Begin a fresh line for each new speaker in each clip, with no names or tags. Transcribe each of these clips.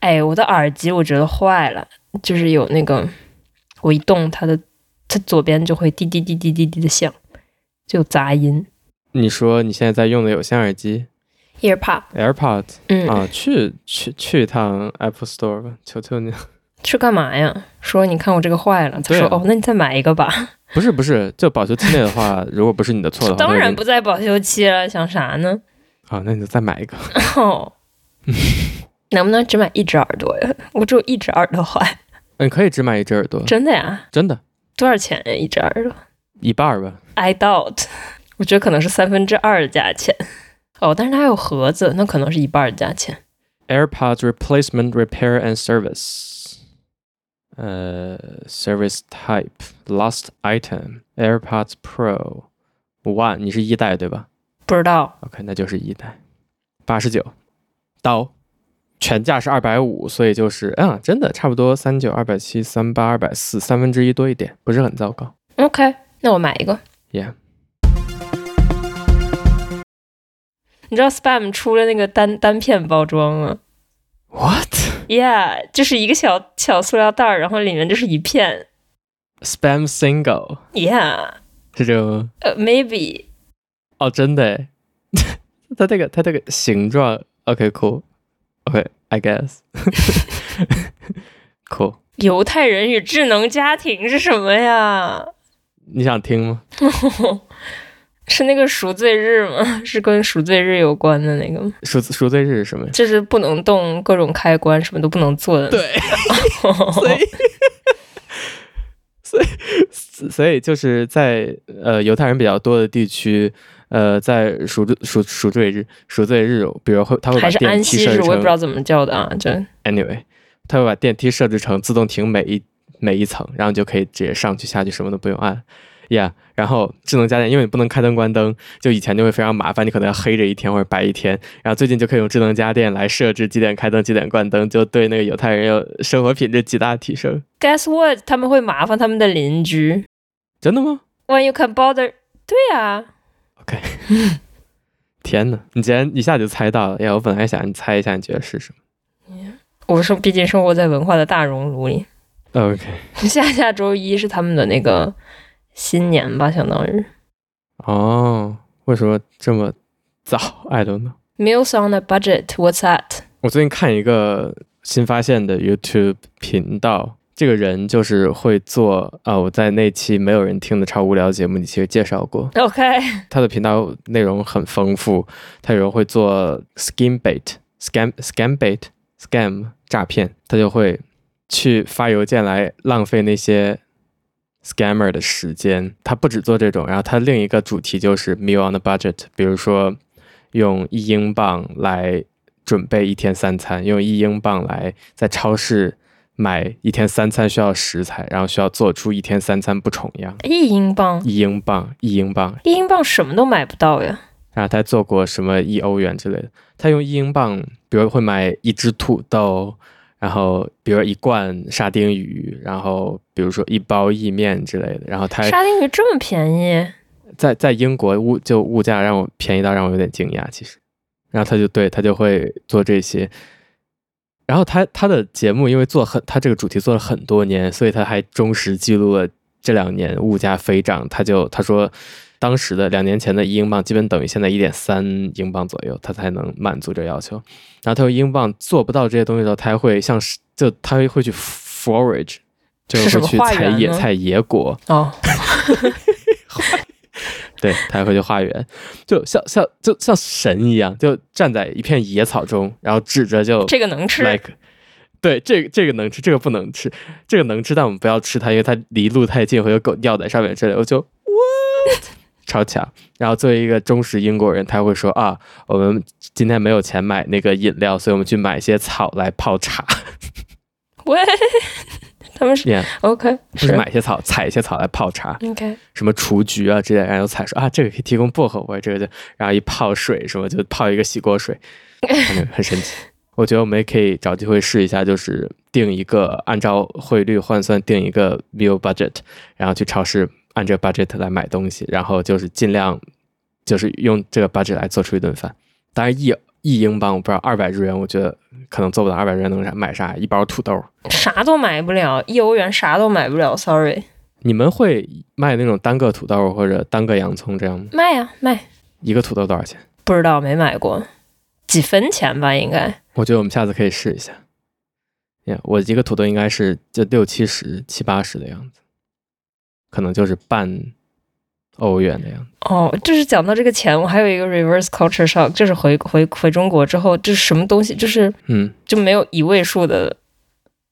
哎，我的耳机我觉得坏了，就是有那个我一动它的，它左边就会滴滴滴滴滴滴的响，就有杂音。
你说你现在在用的有线耳机
AirPod，
AirPod
嗯，
啊，去去去一趟 Apple Store 吧，求求你。
是干嘛呀？说你看我这个坏了，他
对
说、
啊
哦，那你再买一个吧。
不是不是，就保修期内的话，如果不是你的错的话，
当然
不
不在保修期了，想啥呢？
啊，那你就再买一个。
哦，能不能只买一只耳朵呀？我只有一只耳朵坏，
嗯，可以只买一只耳朵，
真的呀？
真的，
多少钱呀？一只耳朵
一半儿吧。
？I doubt，我 觉得可能是三分之二的价钱。哦，但是它还有盒子，那可能是一半儿的价钱。
AirPods replacement repair and service，呃，service type lost item AirPods Pro One，你是一代对吧
不知道
？OK，那就是一代，八十九刀，全价是二百五，所以就是嗯，真的差不多三九、二百七、三八、二百四，三分之一多一点，不是很糟糕。
，OK，那我买一个。
Yeah，
你知道 Spam 出了那个单单片包装吗
what
？Yeah，就是一个小小塑料袋儿，然后里面就是一片。
spam single
Yeah，maybe、
是这个吗？
呃，maybe
哦，真的诶， 它这个它这个形状，OK，cool，OK，I、guess，cool。
犹太人与智能家庭是什么呀？
你想听吗？
是那个赎罪日吗？是跟赎罪日有关的那个吗？
赎赎罪日是什么呀？
就是不能动各种开关，什么都不能做的。，
对，所以所以所以就是在呃犹太人比较多的地区，呃，在赎罪赎赎罪日赎罪日，比如会他会把
还是
电
安
梯
息
设
日，
置
我也不知
成
道怎么叫的啊。这
anyway，他会把电梯设置成自动停每一每一层，然后你就可以直接上去下去，什么都不用按。Yeah，然后智能家电，因为你不能开灯关灯，就以前就会非常麻烦，你可能要黑着一天或者白一天。然后最近就可以用智能家电来设置几点开灯、几点关灯，就对那个犹太人有生活品质极大提升。
Guess what？他们会麻烦他们的邻居。
真的吗？
When you can bother，对啊，
天哪，你竟然一下就猜到了！呀，我本来想你猜一下，你觉得是什么
我是毕竟生活在文化的大熔炉里。
哦？OK，
下下周一是他们的那个新年吧，相当于
哦，为什么这么早？I don't know。
Meals on a budget。What's that？
我最近看一个新发现的 YouTube 频道，这个人就是会做啊，我在那期没有人听的超无聊节目里其实介绍过，
OK，
他的频道内容很丰富，他有时候会做 scam bait、scam scam bait、scam 诈骗，他就会去发邮件来浪费那些 scammer 的时间。他不只做这种，然后他另一个主题就是 meal on the budget，比如说用一英镑来准备一天三餐，用一英镑来在超市买一天三餐需要食材，然后需要做出一天三餐不重样。
一英镑，
一英镑，一英镑，
一英镑什么都买不到呀。
然啊后他做过什么一欧元之类的。他用一英镑，比如会买一只土豆，然后比如一罐沙丁鱼，然后比如说一包意面之类的。然后他
沙丁鱼这么便宜，
在在英国物就物价让我便宜到让我有点惊讶，其实。然后他就对他就会做这些，然后他他的节目因为做很他这个主题做了很多年，所以他还忠实记录了这两年物价飞涨。他就他说，当时的两年前的一英镑基本等于现在一点三英镑左右，他才能满足这个要求。然后他用英镑做不到这些东西的时候，他还会像是就他会会去 forage，就是
什
会
么
去
花
采
园
野
吗
采野果，
哦，
对，他还会去花园，就像像就像神一样，就站在一片野草中，然后指着就
这个能吃
like，对，这个这个能吃，这个不能吃，这个能吃，但我们不要吃它，因为它离路太近，会有狗尿在上面之类的。我就 what 超强。然后作为一个忠实英国人，他会说啊，我们今天没有钱买那个饮料，所以我们去买一些草来泡茶，
喂，他们是
yeah,
OK
就是
是
买一些草，采一些草来泡茶。
OK
什么雏菊啊之类的，然后采说啊，这个可以提供薄荷味，这个就然后一泡水什么就泡一个洗锅水，反正很神奇。我觉得我们也可以找机会试一下，就是定一个按照汇率换算定一个 meal budget，然后去超市按这个 budget 来买东西，然后就是尽量就是用这个 budget 来做出一顿饭。当然一一英镑，我不知道二百日元，我觉得可能做不到。二百日元能啥买啥？一包土豆。
啥都买不了，一欧元啥都买不了，sorry。
你们会卖那种单个土豆或者单个洋葱这样吗？
卖呀卖，
一个土豆多少钱？
不知道没买过，几分钱吧应该。
我觉得我们下次可以试一下。呀、我一个土豆应该是就六七十、七八十的样子，可能就是半欧元的样子。
哦，就是讲到这个钱，我还有一个 reverse culture shock，就是回回回中国之后，就是什么东西就是
嗯，
就没有一位数的，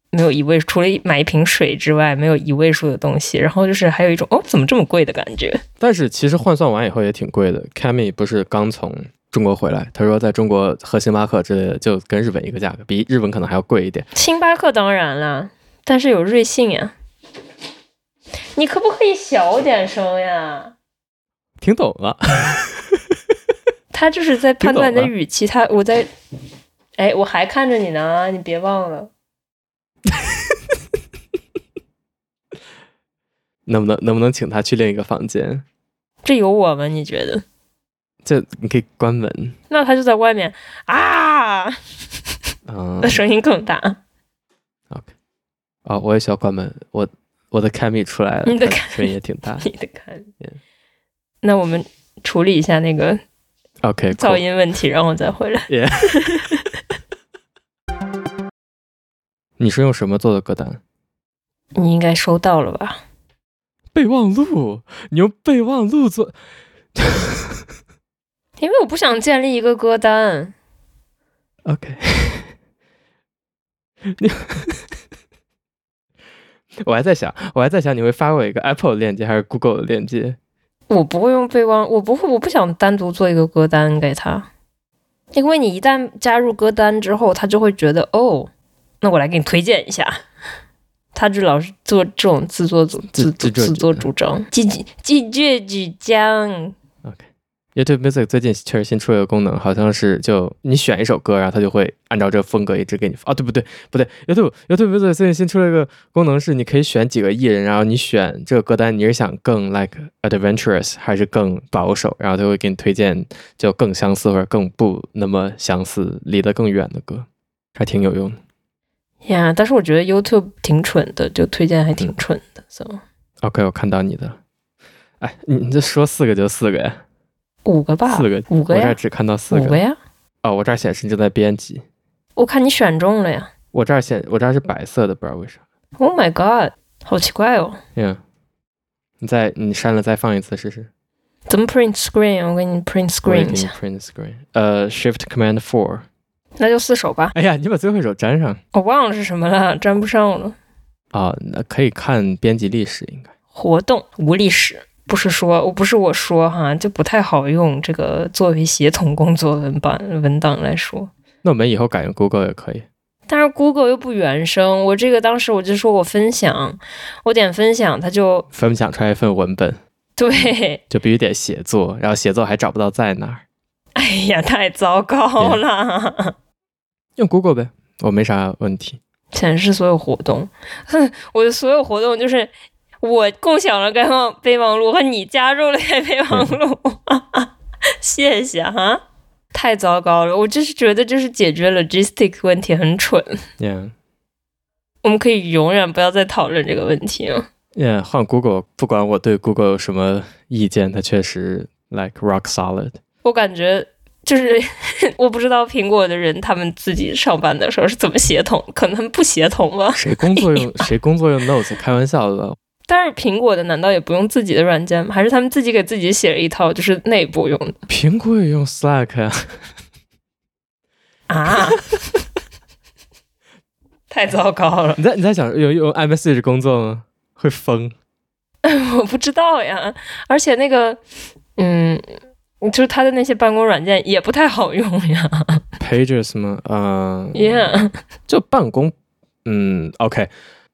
没有一位除了买一瓶水之外，没有一位数的东西。然后就是还有一种哦，怎么这么贵的感觉？
但是其实换算完以后也挺贵的。Cammy 不是刚从中国回来，他说在中国喝星巴克之类的就跟日本一个价格，比日本可能还要贵一点。
星巴克当然啦，但是有瑞幸呀。你可不可以小点声呀？
听懂了，
他就是在判断你的
听懂
语气，他我在，哎，我还看着你呢，你别忘了。
能不能能不能请他去另一个房间？
这有我吗？你觉得？
这你可以关门。
那他就在外面啊，
嗯
那，声音更大。
啊、我也需要关门。我我的 Cammy 出来了，
你的
它声音也挺大。
你得看
Yeah。
那我们处理一下那个
OK，
噪音问题，然后再回来。
你是用什么做的歌单？
你应该收到了吧？
备忘录，你用备忘录做。
因为我不想建立一个歌单，
OK，你， 我还在想，我还在想你会发我一个 Apple 的链接还是 Google 的链接？
我不会用备忘，我不会，我不想单独做一个歌单给他，因为你一旦加入歌单之后，他就会觉得哦，那我来给你推荐一下。他就老是做这种自作主
自
自
自作嗯
自作主张，几句几句即将。
YouTube Music 最近确实新出了一个功能，好像是就你选一首歌，然后它就会按照这个风格一直给你发。啊，对不对？不对，YouTube YouTube Music 最近新出了一个功能，是你可以选几个艺人，然后你选这个歌单，你是想更 like adventurous 还是更保守，然后它会给你推荐就更相似或者更不那么相似、离得更远的歌，还挺有用的。
呀但是我觉得 YouTube 挺蠢的，就推荐还
嗯
挺蠢的。so,
OK，我看到你的了。哎，你你这说四个就四个呀，
五个吧，
四个，
五个
我这儿
呀，
只看到四
五
个
个。呀。
哦，我这儿显示你正在编辑，
我看你选中了呀。
我这儿显我这儿是白色的，不知道为啥。
Oh my god，好奇怪哦，
嗯，你再你删了再放一次试试。
怎么 print screen？我给你 print
我也
screen
给
一
你
下，
print screen，呃，Shift Command Four。
那就四首吧。
哎呀，你把最后一首粘上
我忘了是什么了，沾不上了。
啊、那可以看编辑历史，应该
活动无历史，不是说，我不是我说哈，就不太好用这个作为协同工作文版文档来说。
那我们以后改用 Google 也可以。
但是 Google 又不原生，我这个当时我就说我分享，我点分享，它就
分享出来一份文本，
对，
就必须得写作，然后写作还找不到在哪儿，
哎呀，太糟糕了！
用 Google 呗，我没啥问题。
显示所有活动， 哼，我的所有活动就是我共享了该忘备忘录和你加入了该备忘录， 谢谢哈。太糟糕了，我就是觉得就是解决 logistic 问题很蠢。
Yeah，
我们可以永远不要再讨论这个问题了。
yeah, 换 Google，不管我对 Google 有什么意见，它确实 like rock solid。
我感觉就是 我不知道苹果的人他们自己上班的时候是怎么协同，可能不协同吧。
谁工作用谁工作用 Notes？开玩笑的，
但是苹果的难道也不用自己的软件吗？还是他们自己给自己写了一套，就是内部用的
苹果也用 Slack 呀、
啊？ 太糟糕了，
你在你在想有用 iMessage 工作吗？会疯。
我不知道呀。而且那个，嗯，就是他的那些办公软件也不太好用呀。
Pages 吗？嗯、
Yeah，
就办公，嗯，OK，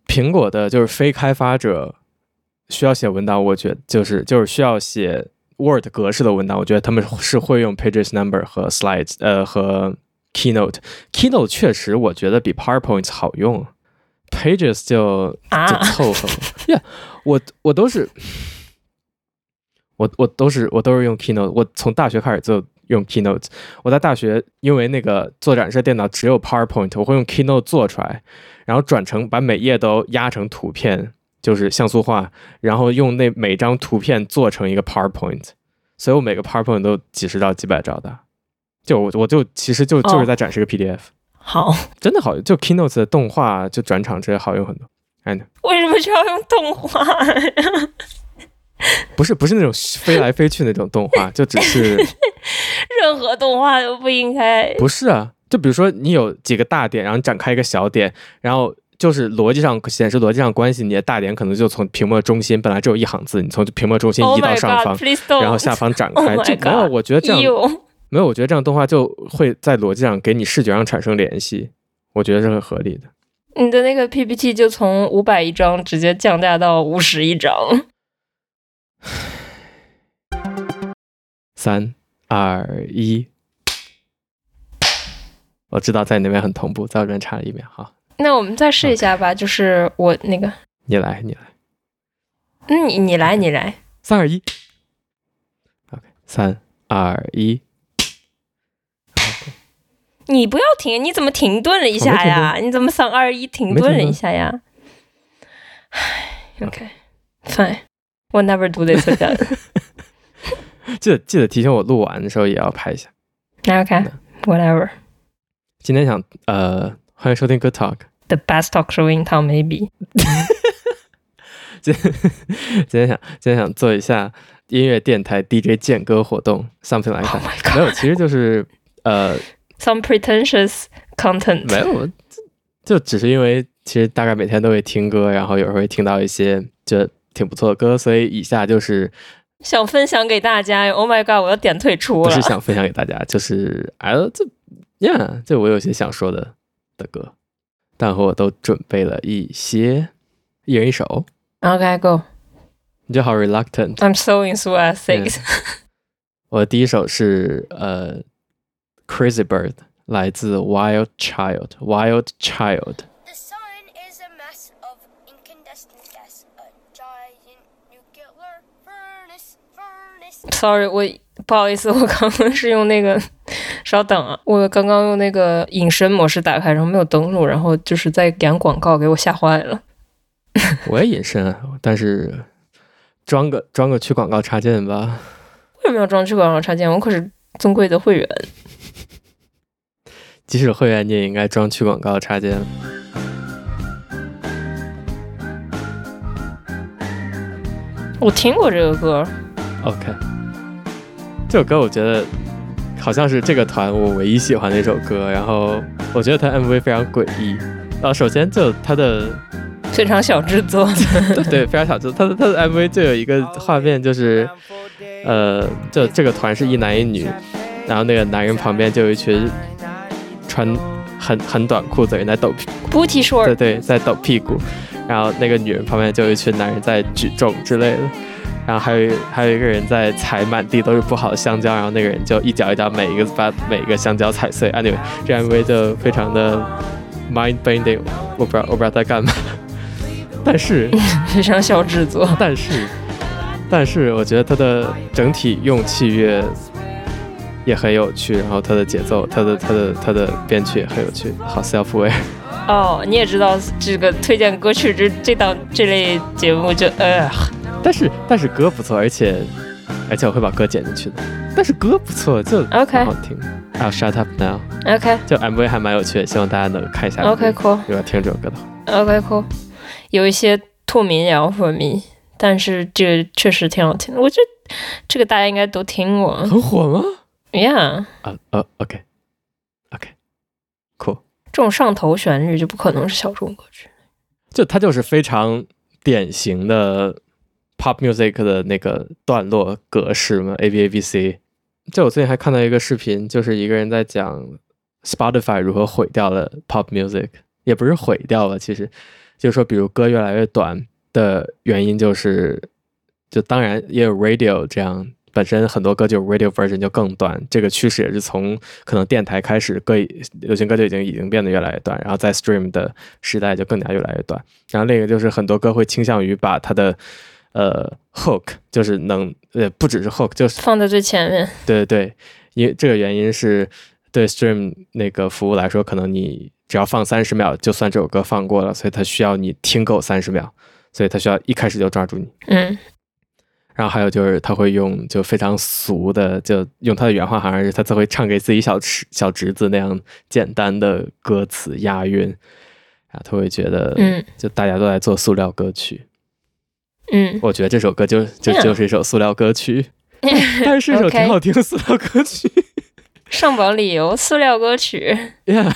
苹果的就是非开发者需要写文档，我觉得就是就是需要写 Word 格式的文档，我觉得他们是会用 Pages Number 和 Slides，呃，和 Keynote。Keynote 确实我觉得比 PowerPoint 好用，Pages 就
啊
就凑 合了。呀、我我都是，我我都是我都是用 Keynote，我从大学开始就用 Keynote。我在大学因为那个做展示电脑只有 PowerPoint，我会用 Keynote 做出来，然后转成把每页都压成图片，就是像素化，然后用那每张图片做成一个 PowerPoint，所以我每个 PowerPoint 都几十兆、几百兆的。就我我就其实就就是在展示个 PDF，、
好，
真的好用，就 Keynote 的动画就转场这些好用很多。哎，
为什么需要用动画呀？
不是不是那种飞来飞去那种动 画，就只是
任何动画都不应该。
不是啊，就比如说你有几个大点，然后展开一个小点，然后就是逻辑上显示逻辑上关系，你的大点可能就从屏幕的中心本来只有一行字，你从屏幕中心
Oh
移到
my
上方
god! Please don't. 哎
然后下方展
Oh
开。
my
就没有，
god
我觉得这样
哟
没有，我觉得这样动画就会在逻辑上给你视觉上产生联系，我觉得是很合理的。
你的那个 PPT 就从五百一张直接降价到五十一张。
三二一，我知道在你那边很同步，在我这边差了一秒。好，
那我们再试一下吧就是我那个，
你来，你来，
嗯，你你来，你来。
三二一，OK，三二一。
你不要停，你怎么停顿了一
我没
下
停顿
呀？你怎么三二一停顿了一下呀？唉，OK fine。We'll never do this again.
记得记得提醒我录完的时候也要拍一下。
OK, whatever.
今天想呃，欢迎收听 Good Talk。
The best talk show in town, maybe.
今 今天想今天想做一下音乐电台 DJ 健歌活动，something like
Oh
that。
my
没有，
god.
其实就是呃，
Some pretentious content.
没有， 就只是因为其实大概每天都会听歌，然后有时候会听到一些觉得挺不错的歌，所以以下就是
想分享给大家。Oh my god！我要点退出
不
了
是。想分享给大家，就是哎，这呀，这我有些想说的的歌，但和我都准备了一些，一人一首。
OK go.
你就好 reluctant。
I'm so into a six.
我的第一首是呃，Crazy Bird，来自 Wild Child。Wild Child，
The sun is a mass of incandescent gas, a giant nuclear furnace, furnace.
Sorry，我不好意思，我刚刚是用那个，稍等啊，我刚刚用那个隐身模式打开，然后没有登录，然后就是在演广告，给我吓坏了。
我也隐身啊，但是装个装个去广告插件吧。
为什么要装去广告插件？我可是尊贵的会员。
即使会员，你也应该装去广告插件。
我听过这个歌，
OK，这首歌我觉得好像是这个团我唯一喜欢的一首歌，然后我觉得它 MV 非常诡异。啊，首先就它的
非常小制作。
对对，非常小众。他的他的 MV 就有一个画面，就是，呃，就这个团是一男一女，然后那个男人旁边就有一群穿很很短裤的人在抖屁，
Booty
对
short，
对，在抖屁股，然后那个女人旁边就有一群男人在举重之类的，然后还有还有一个人在踩满地都是不好的香蕉，然后那个人就一脚一脚每一个把每一个香蕉踩碎。Anyway，这 MV 就非常的 mind bending，我不知道我不知道在干嘛，但是。
非常小制作。
但是，但是我觉得它的整体用器乐也很有趣，然后它的节奏、它的、它的、它的编曲也很有趣，好 self-aware。
哦，你也知道这个推荐歌曲这这档这类节目就呃，
但是，但是歌不错，而且，而且我会把歌剪进去的。但是歌不错，就
OK
很好听。还有 Shut Up Now，
OK
就 MV 还蛮有趣的，希望大家能看一下。
OK cool。
如果听这首歌的话，
OK cool，有一些兔民谣粉迷，但是这个确实挺好听的。我觉得这个大家应该都听过
很火吗？
，Yeah，
啊呃，OK，OK，、cool。
这种上头旋律就不可能是小众歌曲。
就它就是非常典型的 pop music 的那个段落格式嘛，A B A B C。就我最近还看到一个视频，就是一个人在讲 Spotify 如何毁掉了 pop music，也不是毁掉了，其实就是说，比如歌越来越短的原因就是，就当然也有 radio 这样。本身很多歌就有 radio version 就更短，这个趋势也是从可能电台开始，歌已流行歌就已经已经变得越来越短，然后在 stream 的时代就更加越来越短。然后另一个就是很多歌会倾向于把它的呃 hook，就是能呃不只是 hook，就是
放在最前面，
对对对，因这个原因是对 Stream 那个服务来说，可能你只要放三十秒，就算这首歌放过了，所以它需要你听够三十秒，所以它需要一开始就抓住你。
嗯
然后还有就是他会用就非常俗的，就用他的原话，好像是他才会唱给自己小侄小侄子那样简单的歌词押韵，啊，他会觉得，
嗯
就大家都在做塑料歌曲，
嗯，
我觉得这首歌就就
嗯
就是一首塑料歌 曲，但是是一首
OK
挺好听的塑料歌曲
上榜理由塑料歌曲。
，Yeah，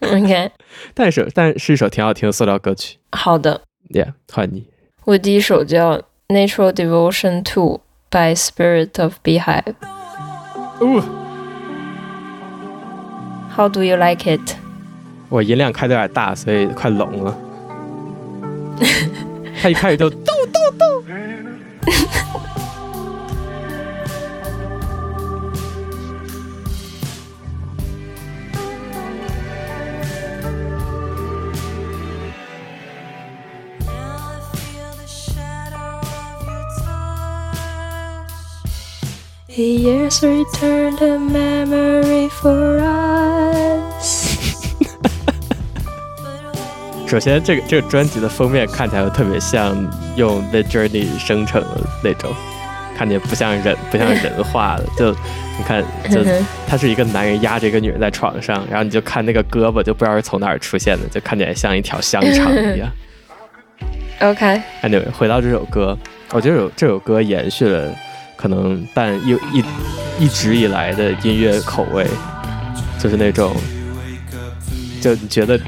OK，
但是但是一首挺好听的塑料歌曲
好的，
，Yeah，换你，
我第一首叫《Natural Devotion to》by Spirit of Beehive。
哦，
How do you like it？
我音量开的有点大，所以快聋了， 他一开始就咚咚咚。
Now I feel the shadow of your touch.
The years return the memory for us。
But when you
首先，这个这个专辑的封面看起来就特别像用 The Journey 生成的那种，看起来不像人，不像人画的。就你看，就
嗯哼
他是一个男人压着一个女人在床上，然后你就看那个胳膊，就不知道是从哪儿出现的，就看起来像一条香肠一样。
OK，
Anyway，回到这首歌，我觉得有这首歌延续了可能但又一一直以来的音乐口味，就是那种，就你觉得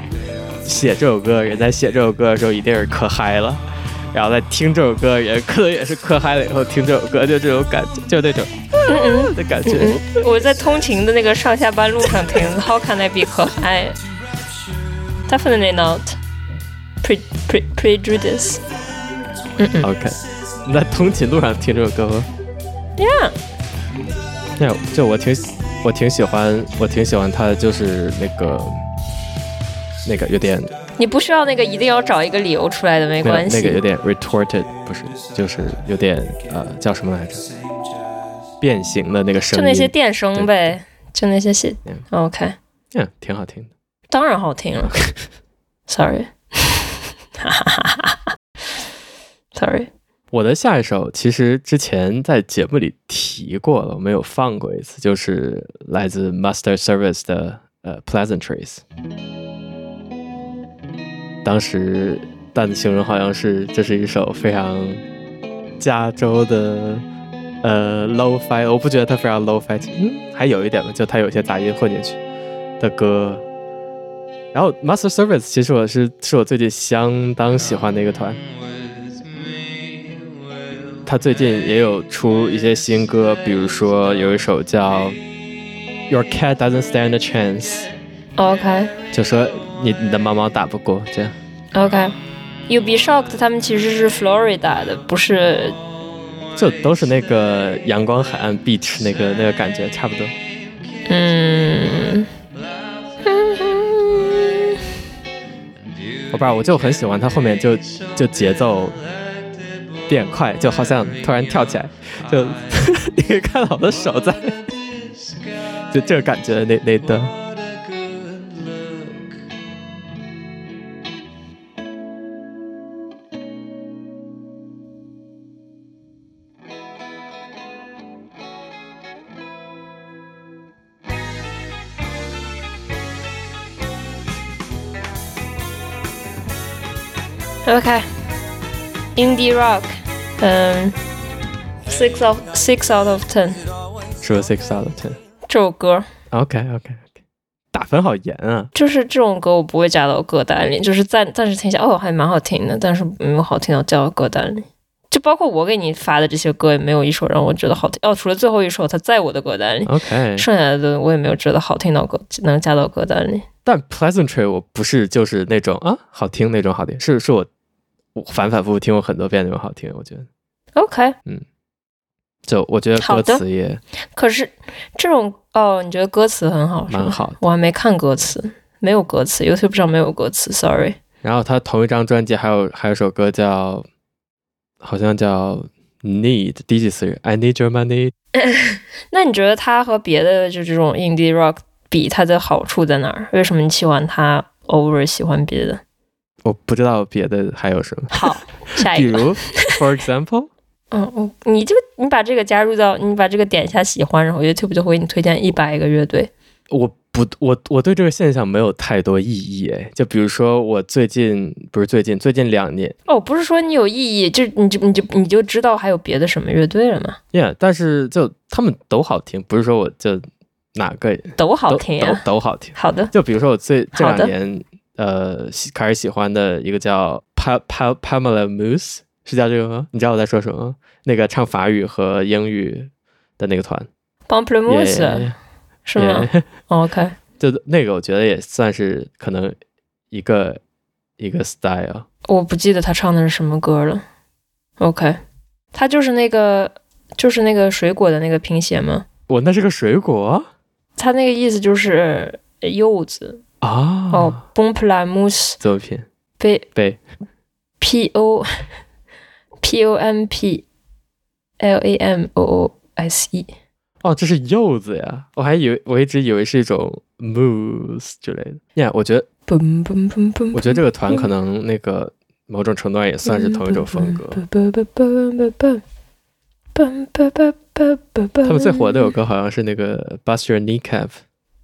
写这首歌人在写这首歌的时候一定是可嗨了，然后在听这首歌人可能也是可嗨了以后听这首歌就这种感觉，就那种
嗯
的感觉。
嗯，我在通勤的那个上下班路上听 How can I be 可爱？Definitely not. Pre pre prejudice. 嗯
OK，你在通勤路上听这首歌吗？
Yeah.
那就我挺喜我挺喜欢我挺喜欢他的就是那个那个有点
你不需要那个一定要找一个理由出来的，没
那
关系。
那个有点 retorted，不是，就是有点呃叫什么来着？变形的那个声
就
音，
那些电声呗，就那些写。
嗯
OK，
嗯，挺好听的。
当然好听 了。Sorry，哈哈哈哈哈 Sorry，
我的下一首其实之前在节目里提过了，我们有放过一次，就是来自 Master Service 的呃 Pleasantries。当时蛋形容好像是这是一首非常加州的呃 low fi，我不觉得它非常 low fi，嗯，还有一点吧，就它有一些杂音混进去的歌。然后 Master Service 其实我是是我最近相当喜欢的一个团，他最近也有出一些新歌，比如说有一首叫《Your Cat Doesn't Stand a Chance
OK，OK、》，
就说你你的猫猫打不过这样。
You be shocked，他们其实是 Florida 的，不是
就都是那个阳光海岸 beach 那个那个感觉差不多。
嗯。
我不知道，我就很喜欢它后面就就节奏变快，就好像突然跳起来，就 你可以看到我的手在，就这个感觉那那段。
OK，Indie、Rock，嗯、s i x of Six out of Ten
是不是 six out of ten？
这首歌，
OK OK OK，打分好严啊！
就是这种歌我不会加到歌单里，就是暂暂时听一下，哦，还蛮好听的，但是没有好听到加到歌单里。就包括我给你发的这些歌，也没有一首让我觉得好听。哦，除了最后一首，它在我的歌单里，
OK，
剩下的我也没有觉得好听到歌能加到歌单里。
但 pleasantry 我不是就是那种啊好听那种好听，是是我我反反复复听过很多遍那种好听，我觉得
OK，
就我觉得
好
歌
的
词也
可是这种哦，你觉得歌词很好是
蛮
吗？
好的。
我还没看歌词，没有歌词，YouTube 上没有歌词，sorry。
然后他同一张专辑还有还有首歌叫好像叫 need 第一句词语，I need your money。
那你觉得它和别的就这种 indie rock 比，它的好处在哪儿？为什么你喜欢它，over 喜欢别的？
我不知道别的还有什么，
好，下
比
一个。
如，for example，
嗯，嗯，你就你把这个加入到你把这个点下喜欢，然后 YouTube 就会给你推荐一百个乐队。
我不，我我对这个现象没有太多意义。哎，就比如说我最近不是最近，最近两年
哦，不是说你有意义，就是你就你就你就知道还有别的什么乐队了嘛，
，yeah，但是就他们都好听，不是说我就哪个
都好
都
听
都
呀。
都好听。
好的，
就比如说我最这
好的
两年呃喜开始喜欢的一个叫 Pa Pa Pamela Moose，是叫这个吗？你知道我在说什么吗？那个唱法语和英语的那个团
b u m p l e m o u s e 是吗哦
yeah,
？OK，
就那个我觉得也算是可能一个一个 style。
我不记得他唱的是什么歌了。OK，他就是那个就是那个水果的那个拼写吗？
我那是个水果
他那个意思就是呃柚子
啊，
哦 b u m p l e m o u s e
作品
被
被
P O P O M P L A M O O S E。
哦，这是柚子呀！我还以为我一直以为是一种 mousse 之类的。呀、我觉得
嘣嘣嘣嘣！
我觉得这个团可能那个某种程度上也算是同一种 风格。
格。他
他们最火的有歌好像是那个 Bust Your Kneecap，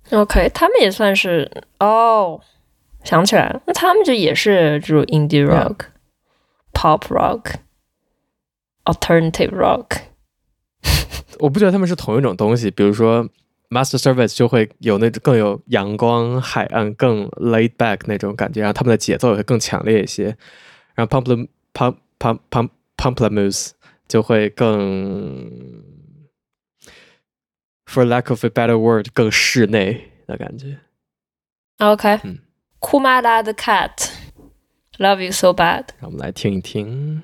OK，他们也算是哦，想起来了，那他们就也是这种 indie
Yeah.
rock、pop rock、alternative rock。
我不觉得他们是同一种东西。比如说 Master Service 就会有那种更有阳光、海岸、更 laid back 那种感觉，然后他们的节奏也会更强烈一些。然后 Pump Pump Pump Pump Pumplamoose 就会更，for lack of a better word，更室内的感觉。
OK，
嗯
库玛拉的 cat，love you so bad。
让我们来听一听。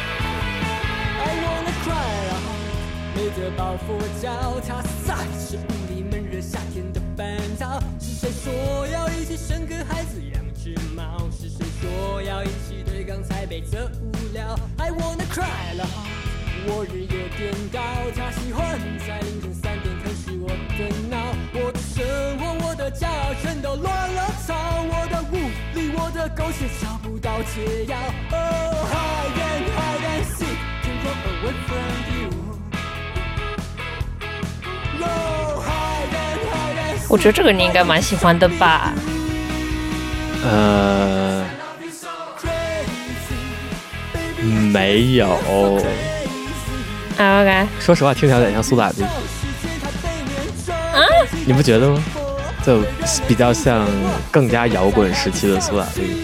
I wanna cry 啊！没得保护我脚踏，撒是屋里闷热夏天的烦躁。是谁说要一起生个孩子养只猫？是谁说要一起对抗台北的无聊？I wanna cry 了，我日夜颠倒，他喜欢在凌晨三点吞噬我的脑，我的生活，我的骄傲全都乱了套，我的无力，我的苟且找不到解药。Oh hide and hide and seek, to run away from you. No, hide and hide and seek.
我觉得这个你应该蛮喜欢的吧？
呃，没有。
啊，OK，
说实话，听起来有点像苏打
啊
绿，你不觉得吗？就比较像更加摇滚时期的苏打绿。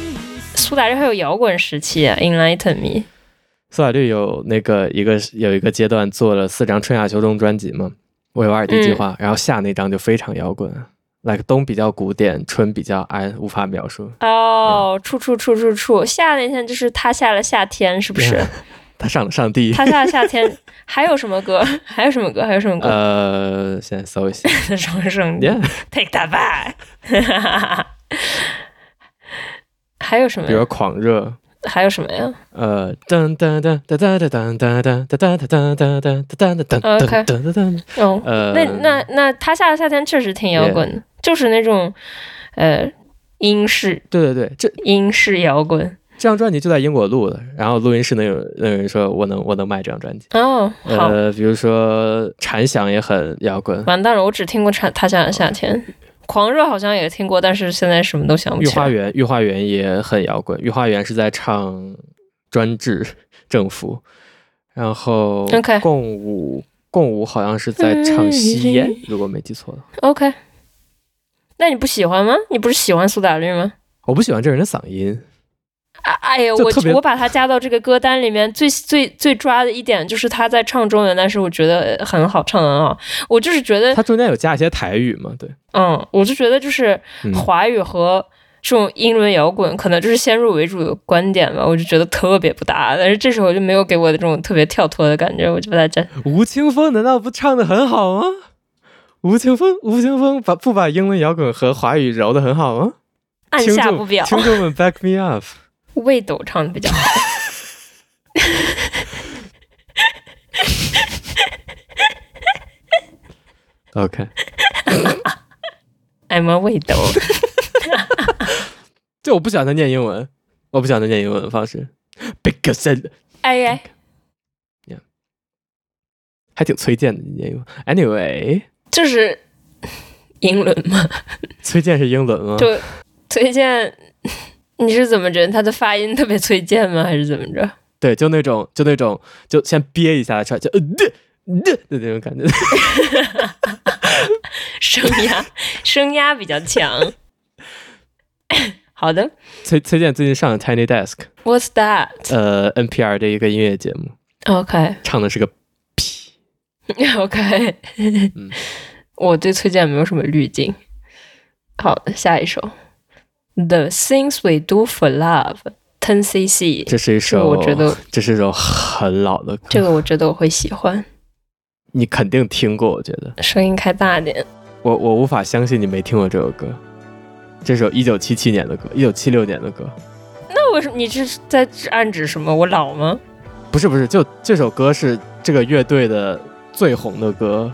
苏打绿还有摇滚时期、啊、，Enlighten Me。
苏打绿有那个一个有一个阶段做了四张春夏秋冬专辑嘛，我有二 D 计划，然后夏那张就非常摇滚，like 冬比较古典，春比较安，无法描述。
哦，处处处处处，夏那天就是他下了夏天，是不是？
他上上帝，
他下了夏天，还有什么歌？还有什么歌？还有什么歌？
呃，现在搜一下
双圣
，yeah，
，Take that back。还有什么
比
呀？
如狂热，
还有什么呀？
呃，噔噔噔噔噔噔噔噔噔噔噔噔噔噔噔噔噔噔噔噔，
哦，
呃，
那那那他下了夏天确实挺摇滚的，就是那种呃英式
对对对，这
英式摇滚。
这张专辑就在英国录的，然后录音室能有能有人说我能我能卖这张专辑。
哦，好，
呃，比如说禅响也很摇滚，
完蛋了，我只听过他他下了夏天，狂热好像也听过，但是现在什么都想不
御
起
花
来。
园御花园也很摇滚，御花园是在唱专制 政府，然后
OK 哎
共舞共舞好像是在唱吸烟，如果没记错的话。
OK，那你不喜欢吗？你不是喜欢苏打绿吗？
我不喜欢这人的嗓音，
啊哎呀，
就
我
特别
我把他加到这个歌单里面最最最抓的一点就是他在唱中文，但是我觉得很好，唱得很好。我就是觉得
他中间有加一些台语嘛，对，
嗯，我就觉得就是
嗯
华语和这种英伦摇滚，可能就是先入为主的观点吧，我就觉得特别不搭。但是这首就没有给我的这种特别跳脱的感觉，我就把它 加。
吴青峰难道不唱的很好吗？吴青峰，吴青峰把不把英伦摇滚和华语揉的很好吗？
按
听
下
众
不表，
听众们 back me up。
魏斗唱的比较好。
OK，
I'm a 魏斗，
就我不喜欢他念英文，我不喜欢他念英文的方式，because I-
哎呀，
还挺崔健的念英文。Anyway，
就是英伦嘛，
崔健是英伦吗？
就崔健。 你是怎么着？他的发音特别崔健吗？还是怎么着？
对，就那种，就那种，就先憋一下出来，就呃对对的那种感觉。
声压 声压比较强。好的
崔崔健最近上了 Tiny Desk，
，What's that？
呃，NPR 的一个音乐节目，
OK
唱的是个
OK，
嗯
我对崔健没有什么滤镜。好，下一首，The Things We Do for Love Ten CC，
这
这
是一
个
首，
我觉得
这是一首很老的歌，
这个我觉得我会喜欢，
你肯定听过。我觉得，
声音开大点。
我我无法相信你没听过这首歌。这首一九七七年的歌，一九七六年的歌，
那我是你这是在暗指什么？我老吗？
不是不是，就这首歌是这个乐队的最红的歌，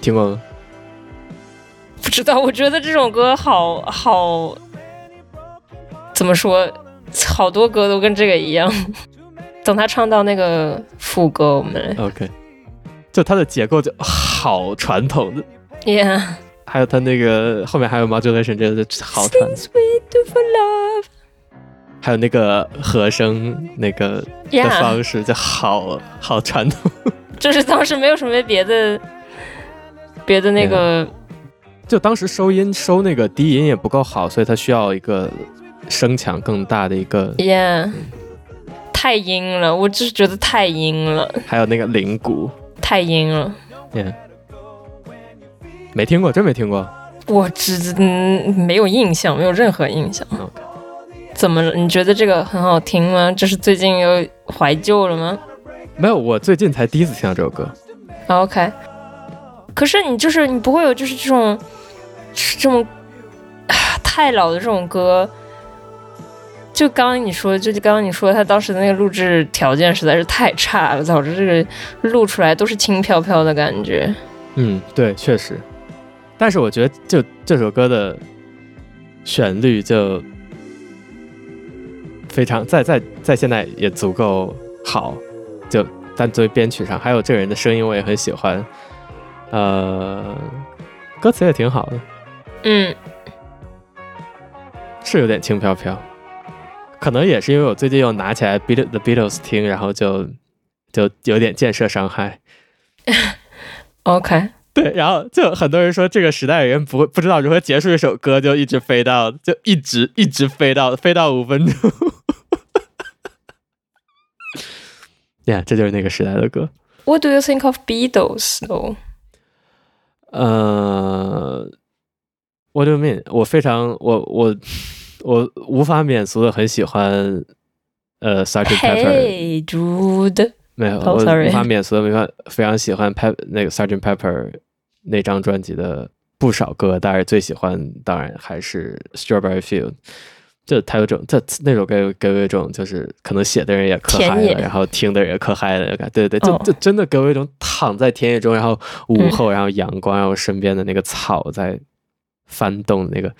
听过吗？
不知道，我觉得这种歌好好，怎么说？好多歌都跟这个一样。 等他唱到那个副歌，我们来
OK，就它的结构就好传统的，
，Yeah。
还有它那个后面还有 modulation，这个就好传
Things we do for love。
还有那个和声那个的
Yeah，
方式就好好传统，
就是当时没有什么别的别的那个
就当时收音收那个低音也不够好，所以它需要一个声强更大的一个，
Yeah，太阴了，我就是觉得太阴了，
还有那个铃鼓，
太阴了。
嗯，没听过，真没听过。
我只嗯没有印象，没有任何印象。
OK
怎么了？你觉得这个很好听吗？这是最近又怀旧了吗
没有，我最近才第一次听到这首歌。
？OK。可是你就是你不会有就是这种这种啊太老的这种歌，就刚刚你说，就刚刚你说他当时的那个录制条件实在是太差了，导致这个录出来都是轻飘飘的感觉。
嗯，对，确实。但是我觉得就这首歌的旋律就非常在在在现在也足够好，就但作为编曲上，还有这个人的声音我也很喜欢，呃，歌词也挺好的，
嗯，
是有点轻飘飘。可能也是因为我最近又拿起来 Beat The Beatles 听，然后就就有点建设伤害。
OK，
对，然后就很多人说这个时代人不会不知道如何结束一首歌，就一直飞到，就一直一直飞到飞到五分钟。 呀、这就是那个时代的歌。
What do you think of Beatles though？
呃，What do you mean？我非常我我我无法免俗的很喜欢呃 s a r g e n t Pepper。
Hey Jude，
没有，
Oh,
我
sorry
无法免俗的没法非常喜欢 Pep 那个 Sergeant Pepper 那张专辑的不少歌，但是最喜欢当然还是 Strawberry Field。就它有种，这那首歌有给我一种，就是可能写的人也可嗨
田野
了，然后听的人也可嗨了，感对对对，就、
哦
就真的给我一种躺在田野中，然后午后，然后阳光，然后身边的那个草在翻动的那个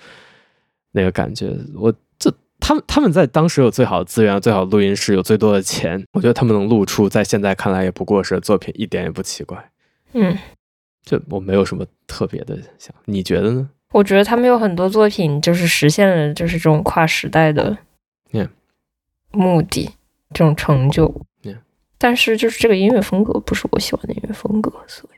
那个感觉，我这他们他们在当时有最好的资源、最好的录音室、有最多的钱，我觉得他们能录出在现在看来也不过时的作品，一点也不奇怪。
嗯，
这我没有什么特别的想，你觉得呢？
我觉得他们有很多作品就是实现了就是这种跨时代的
Yeah
目的这种成就。
Yeah
但是就是这个音乐风格不是我喜欢的音乐风格，所以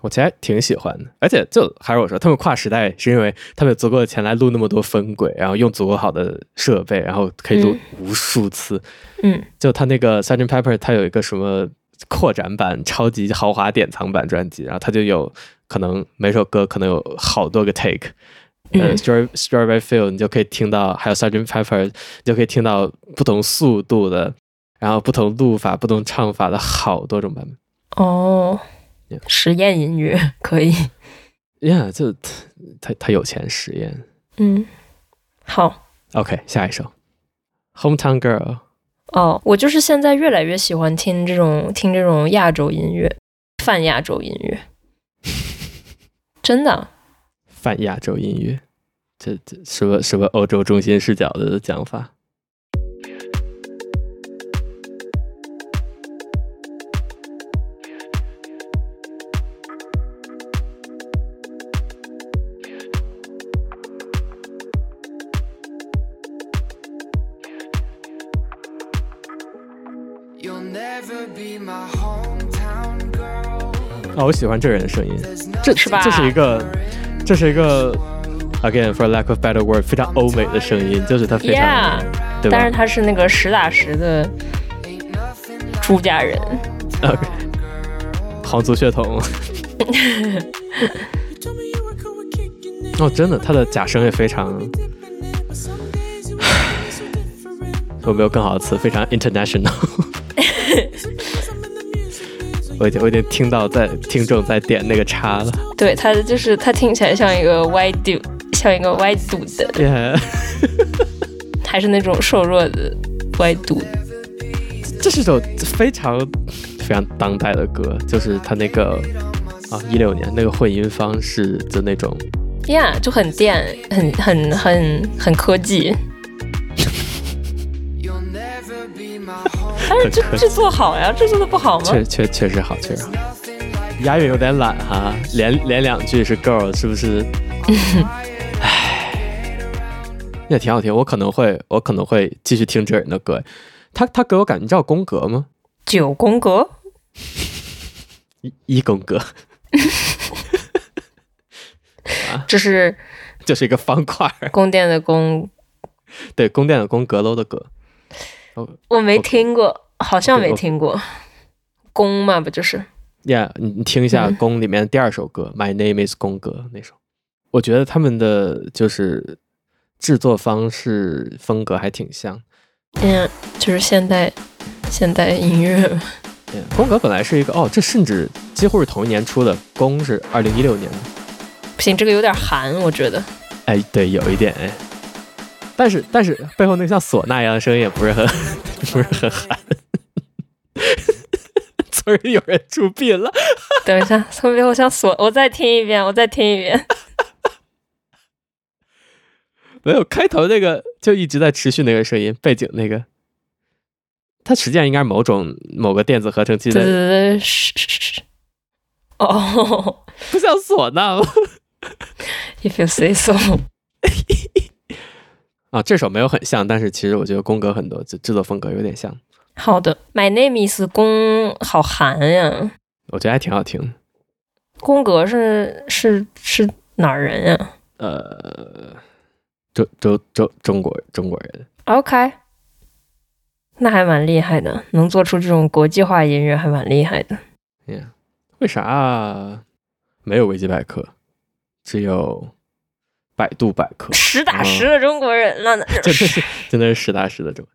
我其实还挺喜欢的。而且就还是我说，他们跨时代是因为他们有足够的钱来录那么多分轨，然后用足够好的设备，然后可以录无数次。
嗯，
就他那个 Sgt. Pepper，他有一个什么扩展版、超级豪华典藏版专辑，然后他就有可能每首歌可能有好多个 take。呃
嗯
，Strawberry Strawberry Field，你就可以听到，还有 Sgt. Pepper，你就可以听到不同速度的，然后不同录法、不同唱法的好多种版本。
哦
Yeah，
实验音乐可以。
Yeah，就他他他有钱实验。
嗯，好
OK，下一首，Hometown Girl。
哦，我就是现在越来越喜欢听这种听这种亚洲音乐，泛亚洲音乐，真的。
泛亚洲音乐，这这什么什么欧洲中心视角的讲法？
You'll never be my hometown girl.
哦，我喜欢这人的声音，这
是吧
这是一个，这是一个，again for lack of better word，非常欧美的声音，就是他非常
Yeah，
对吧？
但是他是那个实打实的朱家人，
OK，皇族血统。哦，真的，他的假声也非常，有没有更好的词？非常 international。我已经我已经听到在听众在点那个叉了。
对他就是他听起来像一个 white dude，像一个 white dude 的，
耶、
还是那种瘦弱的 white dude。
这是首非常非常当代的歌，就是他那个啊一六年那个混音方式的那种
Yeah，就很电，很很很很科技，
You'll never be my
但是哎这
很科技
这做好呀，这做的不好吗？
确确确实好，确实好。押韵有点懒哈、连连两句是 girl，是不是？唉，也挺好听。我可能会，我可能会继续听这人的歌。他他给我感觉，你知道宫格吗？
九宫格，
一一宫格 啊
这是
就是一个方块儿，
宫殿的宫，
对，宫殿的宫，阁楼的阁。
我 没听过，好像没
对我
听过。宫嘛，不就是？
Yeah，你你听一下
嗯
《宫》里面第二首歌、m y Name Is 宫格》那首，我觉得他们的就是制作方式风格还挺像。
嗯，就是现代现代音乐嘛。
对，嗯宫格本来是一个哦，这甚至几乎是同一年出的，宫是二零一六年的，
不行，这个有点韩，我觉得。
哎，对，有一点哎，但是但是背后那个像唢呐一样的声音也不是很 不是很韩， 村里有人出殡了，
等一下，从背后像锁，我再听一遍，我再听一遍。
没有开头那个就一直在持续那个声音，背景那个，它实际上应该是某种某个电子合成器
对对
的，
对，是是是。哦、
不像唢呐吗？
i f you say so。
啊，这首没有很像，但是其实我觉得宫格很多就制作风格有点像，
好的，My name is 宫，好韩呀。
我觉得还挺好听的。
宫格是是是哪儿人呀
呃，中中中中国中国人，
？OK，那还蛮厉害的，能做出这种国际化音乐还蛮厉害的。
为啥啊没有维基百科，只有百度百科？
实打实的中国人了，那就
真的
是
是真的是实打实的中，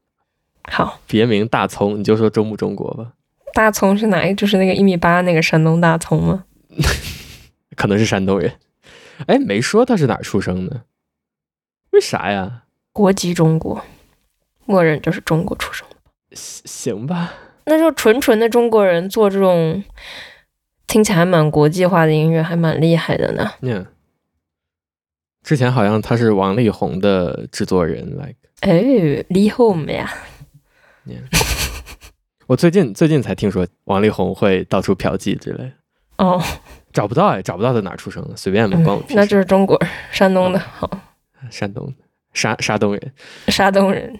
好。
别名大葱，你就说中不中国吧，
大葱是哪一？就是那个一米八那个山东大葱吗？
可能是山东人。哎，没说他是哪儿出生的，为啥呀？
国籍中国，默认就是中国出生。
行吧，
那就纯纯的中国人做这种听起来还蛮国际化的音乐，还蛮厉害的呢。
嗯。之前好像他是王力宏的制作人来
哎，Lee Home 呀，
我最近最近才听说王力宏会到处嫖妓之类的，
哦，
找不到哎，找不到在哪儿出生的，随便吧，
嗯
关我屁事。嗯
那就是中国人山东的，好，
山东的沙沙东人，
山东人。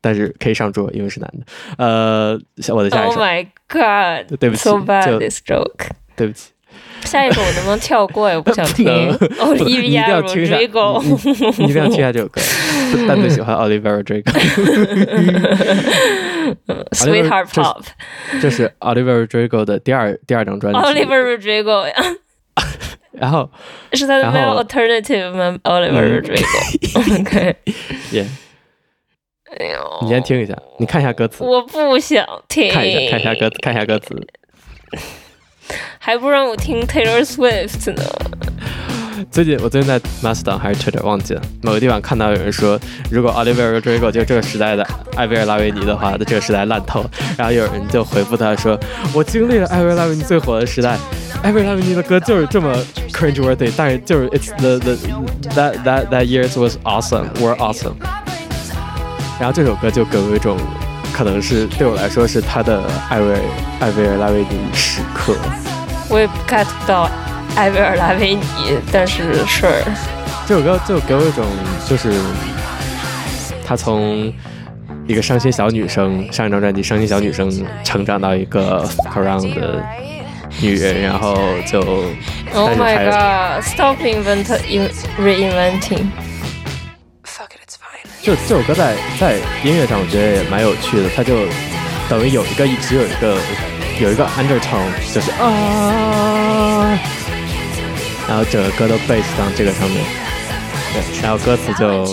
但是可以上桌， 因为是男的。呃，下我的下一
Oh
首，
my God，
对不起
so bad
就
this joke。
对不起，
下一首我能不能跳过呀？我不想
不
听
能不你一定
Olivia
要听一下，你
Rodrigo。
你你一定要听一下这首歌。蛋最喜欢 Olivia Rodrigo，
Sweetheart
这是嗯
Pop。
这是 Olivia Rodrigo 的第二第二张专辑。
Oliver Rodrigo 呀，
然后
是他的
然后
Male Alternative 吗
嗯
？Oliver Rodrigo。OK，
也
哎呦，
你先听一下，你看一下歌词，
我不想听。
看一下看一下歌，看一下歌词。
还不让我听 Taylor Swift 呢。
最近我最近在 Mastodon 还是 Twitter 忘记了某个地方看到有人说，如果 Oliver Rodrigo 就是这个时代的艾薇儿拉维尼的话，那这个时代烂透了。然后有人就回复他说，我经历了艾薇儿拉维尼最火的时代，艾薇儿拉维尼的歌就是这么 cringe worthy，但是就是 it's the the that that that years was awesome were awesome。然后这首歌就给我一种，可能是对我来说是他的艾薇艾薇儿拉维尼时刻。
我也不 get 不到艾薇儿拉维尼，但是是
这首歌就给我一种，就是她从一个伤心小女生，上一张专辑伤心小女生，成长到一个 fuck around 的女人，然后就，
Oh
但是
my
还
god! Stop invent in reinventing.
就这首歌在在音乐上我觉得也蛮有趣的，它就等于有一个一直有一个有一个 undertone，就是
哦
啊，然后整个歌都 base 到这个上面，对，然后歌词就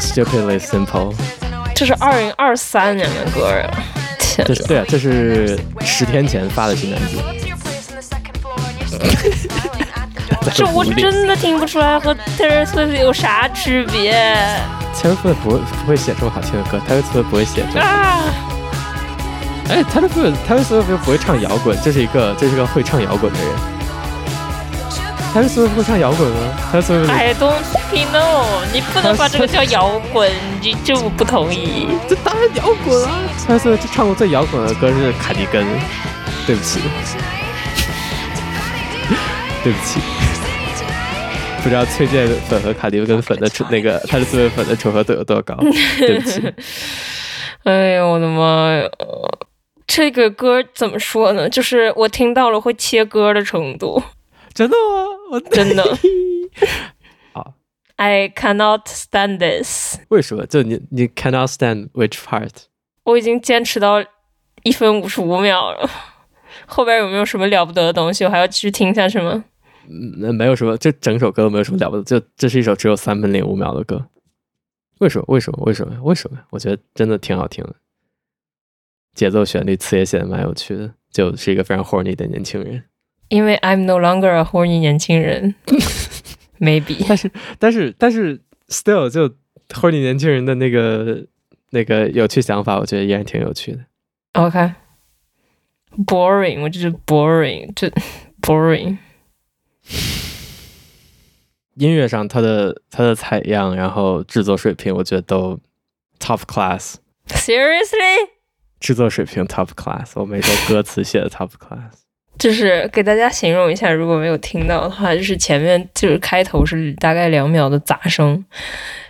stupidly simple。
这是二零二三年的歌呀！天
这，是对啊，这是十天前发的新专辑。
这我 真的听不出来和 Taylor Swift 有啥区别啊
泰勒·斯威不会不会写这么好听的歌，泰勒·斯威不会写这。
啊！
哎，泰勒·斯威，泰勒·斯威不会唱摇滚，这是一个这是个会唱摇滚的人。泰勒·斯威会唱摇滚吗？泰勒·斯威不
，I don't fucking know，你不能把这个叫摇滚，你这我不同意。
这当然摇滚啊！泰勒·斯威唱过最摇滚的歌是《卡迪根》，对不起，对不起。不知道崔健粉和卡迪根粉的那个泰勒·斯威粉的重合度有多高？对不起，
哎呦我的妈呀！这个歌怎么说呢？就是我听到了会切歌的程度，
真的吗？我
真的。
好
I cannot stand this。
为什么？就你你 cannot stand which part？
我已经坚持到一分五十五秒了，后边有没有什么了不得的东西？我还要继续听下去吗？
嗯，没有什么，这整首歌都没有什么了不得，就这是一首只有三分零五秒的歌。为什么？为什么？为什么？为什么？我觉得真的挺好听的，节奏、旋律、词也写的蛮有趣的，就是一个非常 horny 的年轻人。
因为 I'm no longer a horny 年轻人，maybe
但是，但是，但是，still 就 horny 年轻人的那个那个有趣想法，我觉得依然挺有趣的。
OK boring，我就是 boring，就 boring。
音乐上，它的它的采样，然后制作水平，我觉得都 top class。
Seriously，
制作水平 top class，我没说歌词写 的 top class。
就是给大家形容一下，如果没有听到的话，就是前面就是开头是大概两秒的杂声，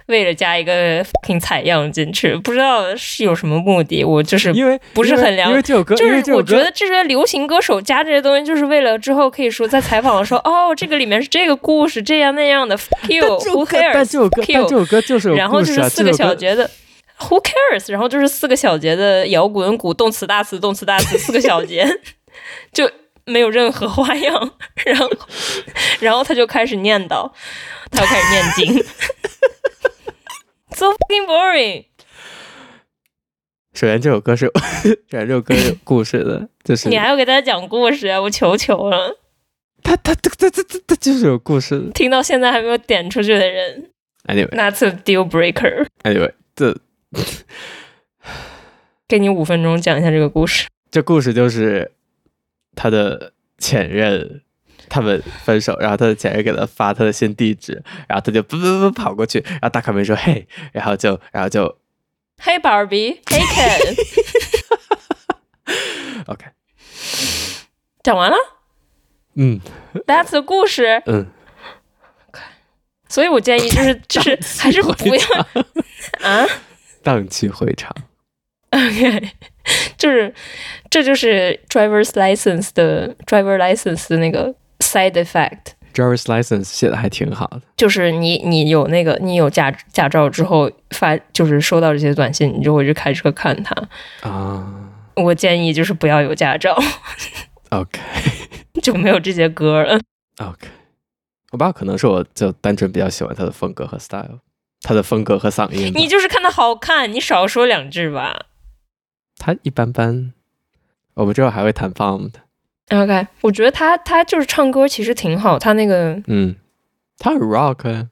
为了加一个 fucking 采样进去，不知道是有什么目的，我就是
因为
不是很
因为
良
因为这首歌，
就
因为这
是
首
我
歌
觉得这些流行歌手加这些东西，就是为了之后可以说在采访的时候，哦，这个里面是这个故事，这样那样的。Fuck
但这
you，Who
首歌但这首歌，但这
cares？Kill，
首歌就是有
然后
故
就
事啊
是四个小，
这首歌
节的。Who cares？然后就是四个小节的摇滚鼓，动词大词，动词大词，四个小节就没有任何花样。然后，然后他就开始念叨，他又开始念经，so fucking boring。
首先这首歌是， 首先这首歌是有故事的，就是
你还要给大家讲故事啊！我求求了。
它它它它它它它就是有故事的。
听到现在还没有点出去的人
Anyway
，That's a deal breaker。
anyway，这
给你五分钟讲一下这个故事。
这故事就是他的前任。他们分手，然后他的前任给他发他的新地址，然后他就奔奔奔跑过去，然后打开门说嘿，然后就然后就
Hey Barbie，Hey Ken，
OK，
讲完了
嗯
，That's the 故事。
嗯，
所以我建议就是就是还是不要啊
荡气回肠。
，OK， 就是这就是 driver's license 的 driver license 的那个 side effect，
driver's license 写的还挺好的，
就是你你有那个你有驾驾照之后发就是收到这些短信，你就会去开车看它。
啊
我建议就是不要有驾照，
，OK
就没有这些歌了。
OK，我爸可能是我就单纯比较喜欢他的风格和 style，他的风格和嗓音吧。
你就是看它好看，你少说两句吧。
他一般般，我们之后还会弹 bomb 的，
OK，我觉得他他就是唱歌其实挺好，他那个
嗯，他很 rock，啊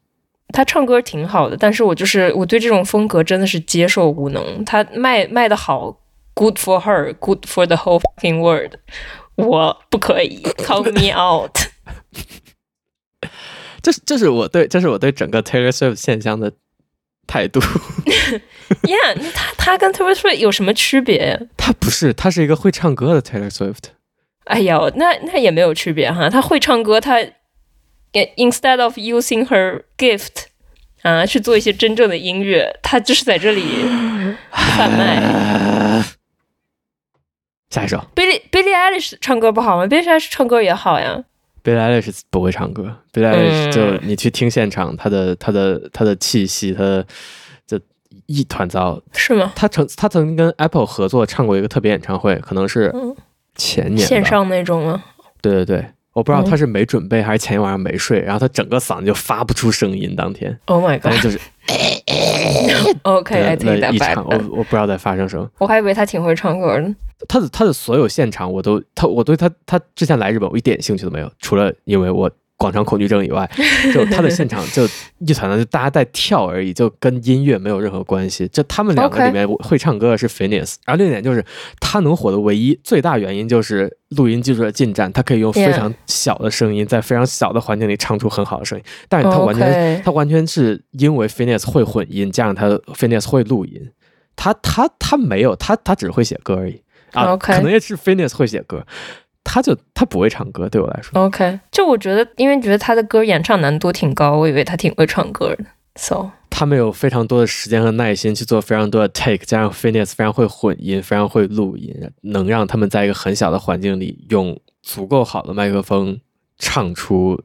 他唱歌挺好的，但是我就是我对这种风格真的是接受无能。他卖卖的好，good for her，good for the whole fucking world，我不可以，call me out。
这是这是我对这是我对整个 Taylor Swift 现象的态 度。
Yeah，那他他跟 Taylor Swift 有什么区别？
他不是，他是一个会唱歌的 Taylor Swift。
哎呦，那那也没有区别哈。他会唱歌，他也 instead of using her gift 啊去做一些真正的音乐，他就是在 这里贩卖。呃
下一首
Billy Billy Eilish 唱歌不好吗？Billy Eilish 唱歌也好呀。
，Billie Eilish 不会唱歌，Billie
嗯
Eilish 就你去听现场，她的她的她的气息，她的就一团糟。
是吗？
她曾她曾经跟 Apple 合作唱过一个特别演唱会，可能是
嗯
前年吧
线。上那种吗？
对对对，我不知道
嗯
她是没准备还是前一晚上没睡，然后她整个嗓子就发不出声音，当天
Oh my
反正就是
god！OK，I、
那
take that
一场，哦我
back。
我不知道在发生什么。
我还以为他挺会唱歌的。
他的他的所有现场，我都他我对他他之前来日本我一点兴趣都没有，除了因为我广场恐惧症以 外，就他的现场就一团的，就大家在跳而已，就跟音乐没有任何关系。就他们两个
OK
里面我会唱歌的是 Phineas，然后另一点就是他能火的唯一最大原因就是录音技术的进展，他可以用非
Yeah
常小的声音，在非常小的环境里唱出很好的声音，但
哦
是他完全
OK，
他完全是因为 Phineas 会混音，加上他 Phineas 会录音，他他他没有，他他只会写歌而已啊
OK
可能也是 Phineas 会写歌，他就他不会唱歌，对我来说，
OK，就我觉得，因为觉得他的歌演唱难度挺高，我以为他挺会唱歌的。So
他们有非常多的时间和耐心去做非常多的 take，加上 Phineas 非常会混音，非常会录音，能让他们在一个很小的环境里用足够好的麦克风唱出，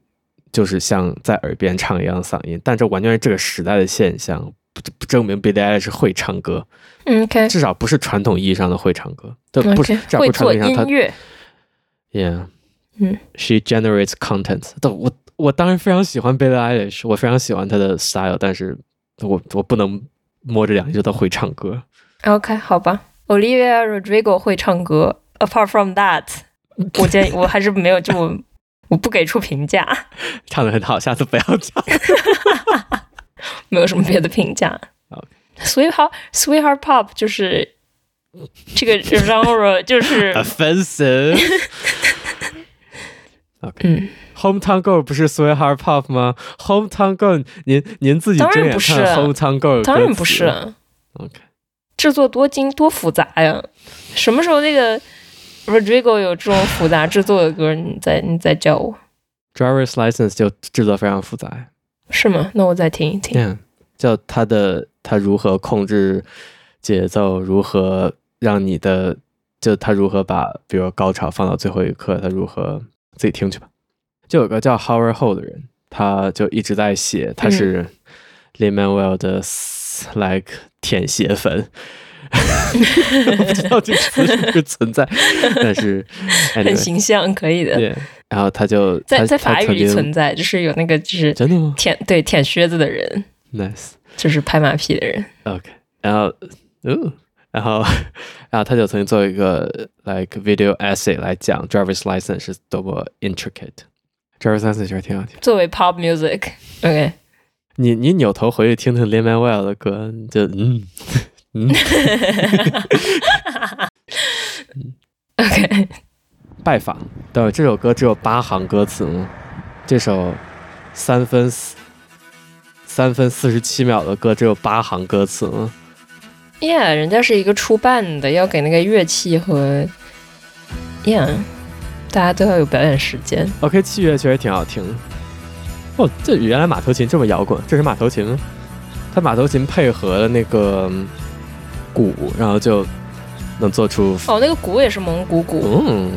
就是像在耳边唱一样的嗓音，但这完全是这个时代的现象，不不证明 Billie Eilish 会唱歌。
嗯 OK，
至少不是传统意义上的会唱歌，就不是
OK，
至少不
会
是传
做
统意义上
音
他
乐。
，Yeah，
嗯
，She generates content 但我我当然非常喜欢 Billie Eilish，我非常喜欢她的 style，但是我我不能摸着良心说她会唱歌。
OK，好吧。Olivia Rodrigo 会唱歌。Apart from that，我建 议我还是没有就我我不给出评价，
唱的很好，下次不要唱。
没有什么别的评价。
OK
Sweetheart Sweetheart Pop 就是这个 genre 就是
Offensive。OK，
嗯
Hometown Girl 不是 Sweetheart Pop 吗？Hometown Girl，您您自己
当然
睁眼
不是
看 Hometown Girl，的
当然
歌
不
词
是。
OK，
制作多精多复杂呀！什么时候那个 Rodrigo 有这种复杂制作的歌？你再你再叫我
Driver's License 就制作非常复杂呀。
是吗？那我再听一 听。
嗯，叫他的他如何控制节奏，如何让你的就他如何把比如高潮放到最后一刻，他如何自己听去吧。就有个叫 Howard Ho 的人，他就一直在写，他
嗯
是 l i m a n w e l 的 s- like 舔鞋粉。我不知道这个词是不是 存在，但是
很
anyway，
形象，可以的。
对，然后他就
在
他
在
他
法
曾
语里
经
存在，就是有那个就是
真的吗
舔对舔靴子的人，
？Nice。
就是拍马屁的人。
OK，然后，嗯，然后， 然后他就曾经做一个 like video essay 来讲 driver's license 是多么 intricate。driver's license 其实挺好听。
作为 pop music，OK，、
你你扭头回去听听 Lin Manuel 的歌，你就嗯嗯，
OK，
拜访。对，这首歌只有八行歌词吗？这首三分四三分四十七秒的歌只有八行歌词吗？
yeah，人家是一个出扮的，要给那个乐器和 yeah，大家都要有表演时间。
OK，器乐确实挺好听的。哦，这原来马头琴这么摇滚，这是马头琴吗，它马头琴配合了那个嗯鼓，然后就能做出
哦，那个鼓也是蒙古鼓，
嗯，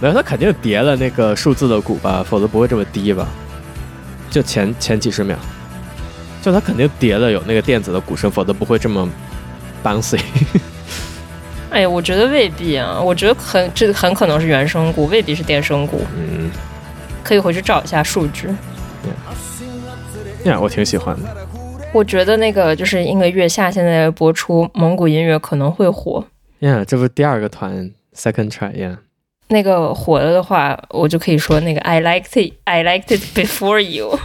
没有，他肯定叠了那个数字的鼓吧，否则不会这么低吧？就前前几十秒，就他肯定叠了有那个电子的鼓声，否则不会这么 bouncy。
哎呀，我觉得未必啊，我觉得很这很可能是原声鼓，未必是电声鼓，
嗯，
可以回去找一下数据。
那样我挺喜欢的。
我觉得那个就是应个月下现在播出蒙古音乐可能会火，
呀，这不是第二个团 second try 呀、
那个火了的话，我就可以说那个 I liked it, I liked it before you,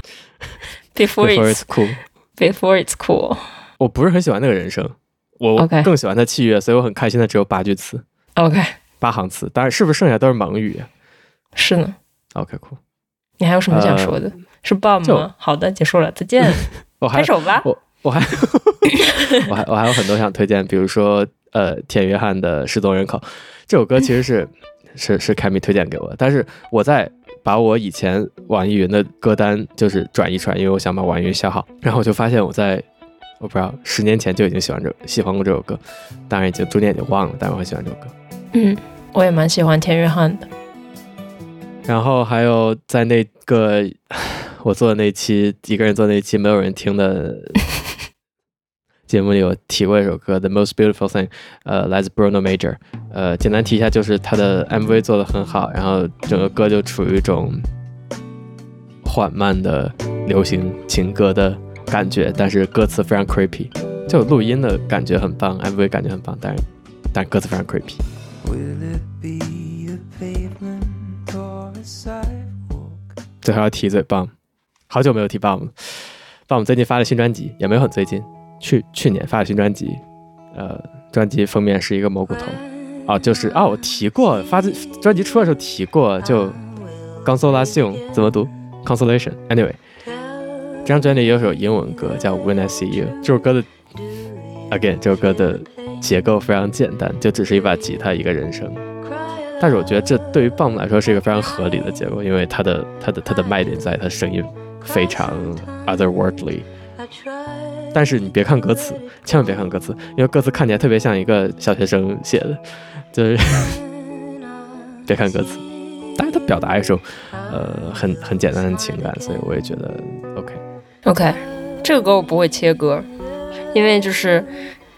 before
before
it's
it's cool。
before it's cool。
我不是很喜欢那个人声，我
OK
更喜欢他器乐，所以我很开心他只有八句词，
OK，
八行词。当然，是不是剩下都是蒙语
是呢，
？OK，cool。
你还有什么想说的？是 Bob
呃就
吗？好的，结束了，再见，
我 还
拍手吧。
我我还我还我还有很多想推荐，比如说呃，田约翰的《失踪人口》这首歌，其实是是是凯米推荐给我的，但是我在把我以前网易云的歌单就是转一转，因为我想把网易云下好，然后我就发现我在我不知道十年前就已经喜欢这喜欢过这首歌，当然已经中间已经忘了，但是我很喜欢这首歌。
嗯，我也蛮喜欢田约翰的。
然后还有在那个 我做的那期一个人做那期没有人听的节目里，我提过一首歌《The Most Beautiful Thing》，呃，来自 Bruno Major。呃，简单提一下，就是他的 MV 做的很好，然后整个歌就处于一种缓慢的流行情歌的感觉，但是歌词非常 creepy，就录音的感觉很棒，MV 感觉很棒，但是但歌词非常 creepy。
Will it be a pavement or a sidewalk?
最后要提嘴 bomb，好久没有提 bomb 了。bomb 最近发了新专辑，也没有很最近，去去年发了新专辑，呃，专辑封面是一个蘑菇头，
嗯
哦，就是哦，我提过，发自专辑出的时候提过，就 consolation 怎么读？consolation。Anyway，这张专辑也有首英文歌叫 When I See You，这首歌的 again 这首歌的结构非常简单，就只是一把吉他一个人声。但是我觉得这对于 b o m 来说是一个非常合理的结果，因为它的它的它的卖点在它声音非常 otherworldly。但是你别看歌词，千万别看歌词，因为歌词看起来特别像一个小学生写的， 就是别看歌词。但是它表达一种呃很很简单的情感，所以我也觉得 OK。
OK，这个歌我不会切歌，因为就是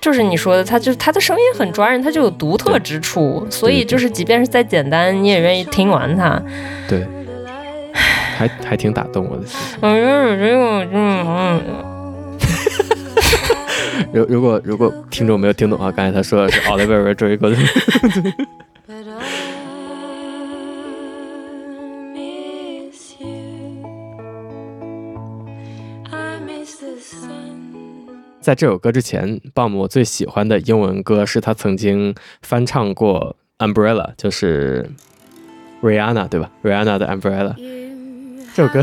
就是你说的，它就它的声音很抓人，它就有独特之处，所以就是即便是再简单，你也愿意听完它。
对，还还挺打动我的心。
嗯嗯嗯嗯，
如如果如果听众没有听懂啊，刚才他说的是 Oliver r o d r i g o 在这首歌之前，鲍姆我最喜欢的英文歌是他曾经翻唱过《Umbrella》，就是 Rihanna 对吧？Rihanna 的《Umbrella》这首歌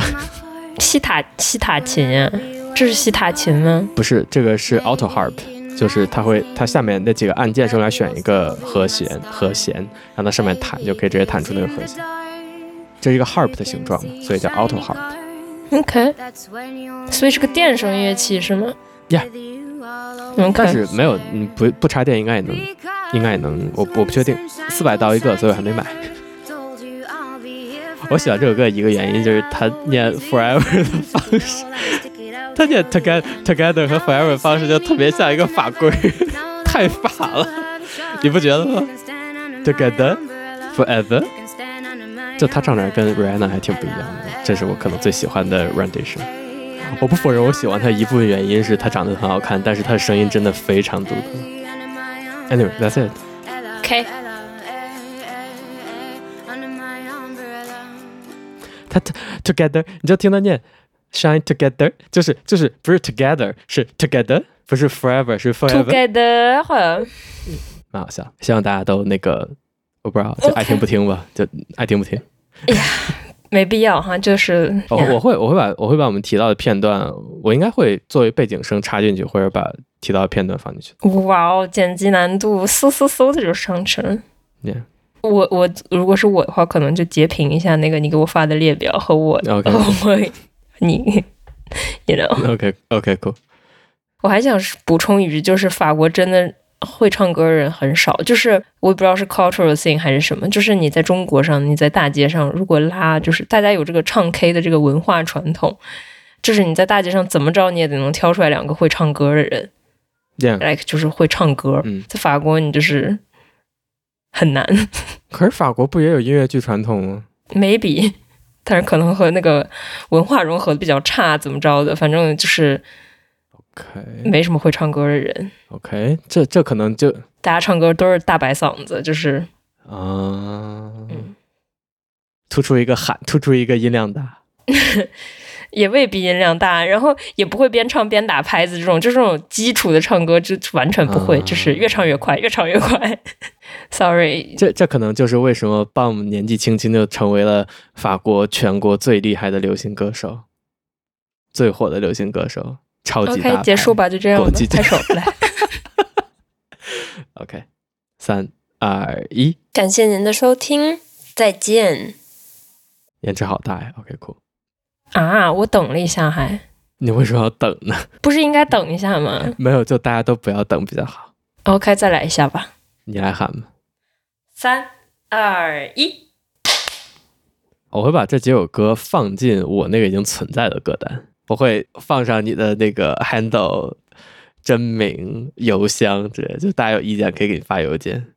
西塔西塔琴呀、这是西塔琴吗？
不是这个是 Auto Harp，就是它会它下面那几个按键是用来选一个和弦和弦，让它上面弹就可以直接弹出那个和弦。这是一个 harp 的形状嘛，所以叫 Auto Harp。
OK，所以是个电声乐器是吗
Yeah
？OK，
但是嗯没有，你不不插电应该也能，应该也能，我我不确定，四百刀一个，所以我还没买。 我喜欢这首歌的一个原因就是它念 forever 的方 式，它念 together together 和 forever 的方式就特别像一个法规， 太法了，你不觉得吗？together forever，就他唱的跟 Rihanna 还挺不一样的，这是我可能最喜欢的 rendition。我不否认我喜欢他一部分原因是他长得很好看，但是他的声音真的非常独特。Anyway, that's it。
OK，
他他 together，你就听他念 shine together，就是就是不是 together，是 together，不是 forever，是 forever，
Together，好像
蛮好笑。希望大家都那个，我不知道，就爱听不听吧就爱听不 听。
没必要哈，就是、
哦，我会我会把我会把我们提到的片段，我应该会作为背景声插进去，或者把提到的片段放进去。
哇哦，剪辑难度嗖嗖嗖的就上去了。
Yeah，
我我如果是我的话，可能就截屏一下那个你给我发的列表和我
OK
和 我你，you know，
OK OK cool。
我还想补充一句，就是法国真的会唱歌的人很少，就是我也不知道是 cultural thing 还是什么，就是你在中国上，你在大街上如果拉，就是大家有这个唱 K 的这个文化传统，就是你在大街上怎么着你也得能挑出来两个会唱歌的人
Yeah，
，like 就是会唱歌。
嗯
在法国你就是很难
可是法国不也有音乐剧传统吗？
，maybe，但 是可能和那个文化融合的比较差，怎么着的，反正就是没什么会唱歌的人，
OK，OK，这这可能就
大家唱歌都是大白嗓子，就是
啊
嗯，
突出一个喊，突出一个音量大。
也未必音量大，然后也不会边唱边打拍子这种，就这种基础的唱歌就完全不会，
啊
就是越唱越快，越唱越快。Sorry，
这这可能就是为什么 BOM 年纪轻轻就成为了法国全国最厉害的流行歌手，最火的流行歌手，超级大
OK，结束
吧。
吧，就这样吧
国际，
拍手来。
OK，三二一，
感谢您的收听，再见
颜值好大呀。OK，酷、
啊！我等了一下还，
你为什么要等呢？
不是应该等一下吗
没有，就大家都不要等比较好。
？OK，再来一下吧。
你来喊吧，
三二一，
我会把这几首歌放进我那个已经存在的歌单，我会放上你的那个 handle、真名、邮箱之类的，就大家有意见可以给你发邮件。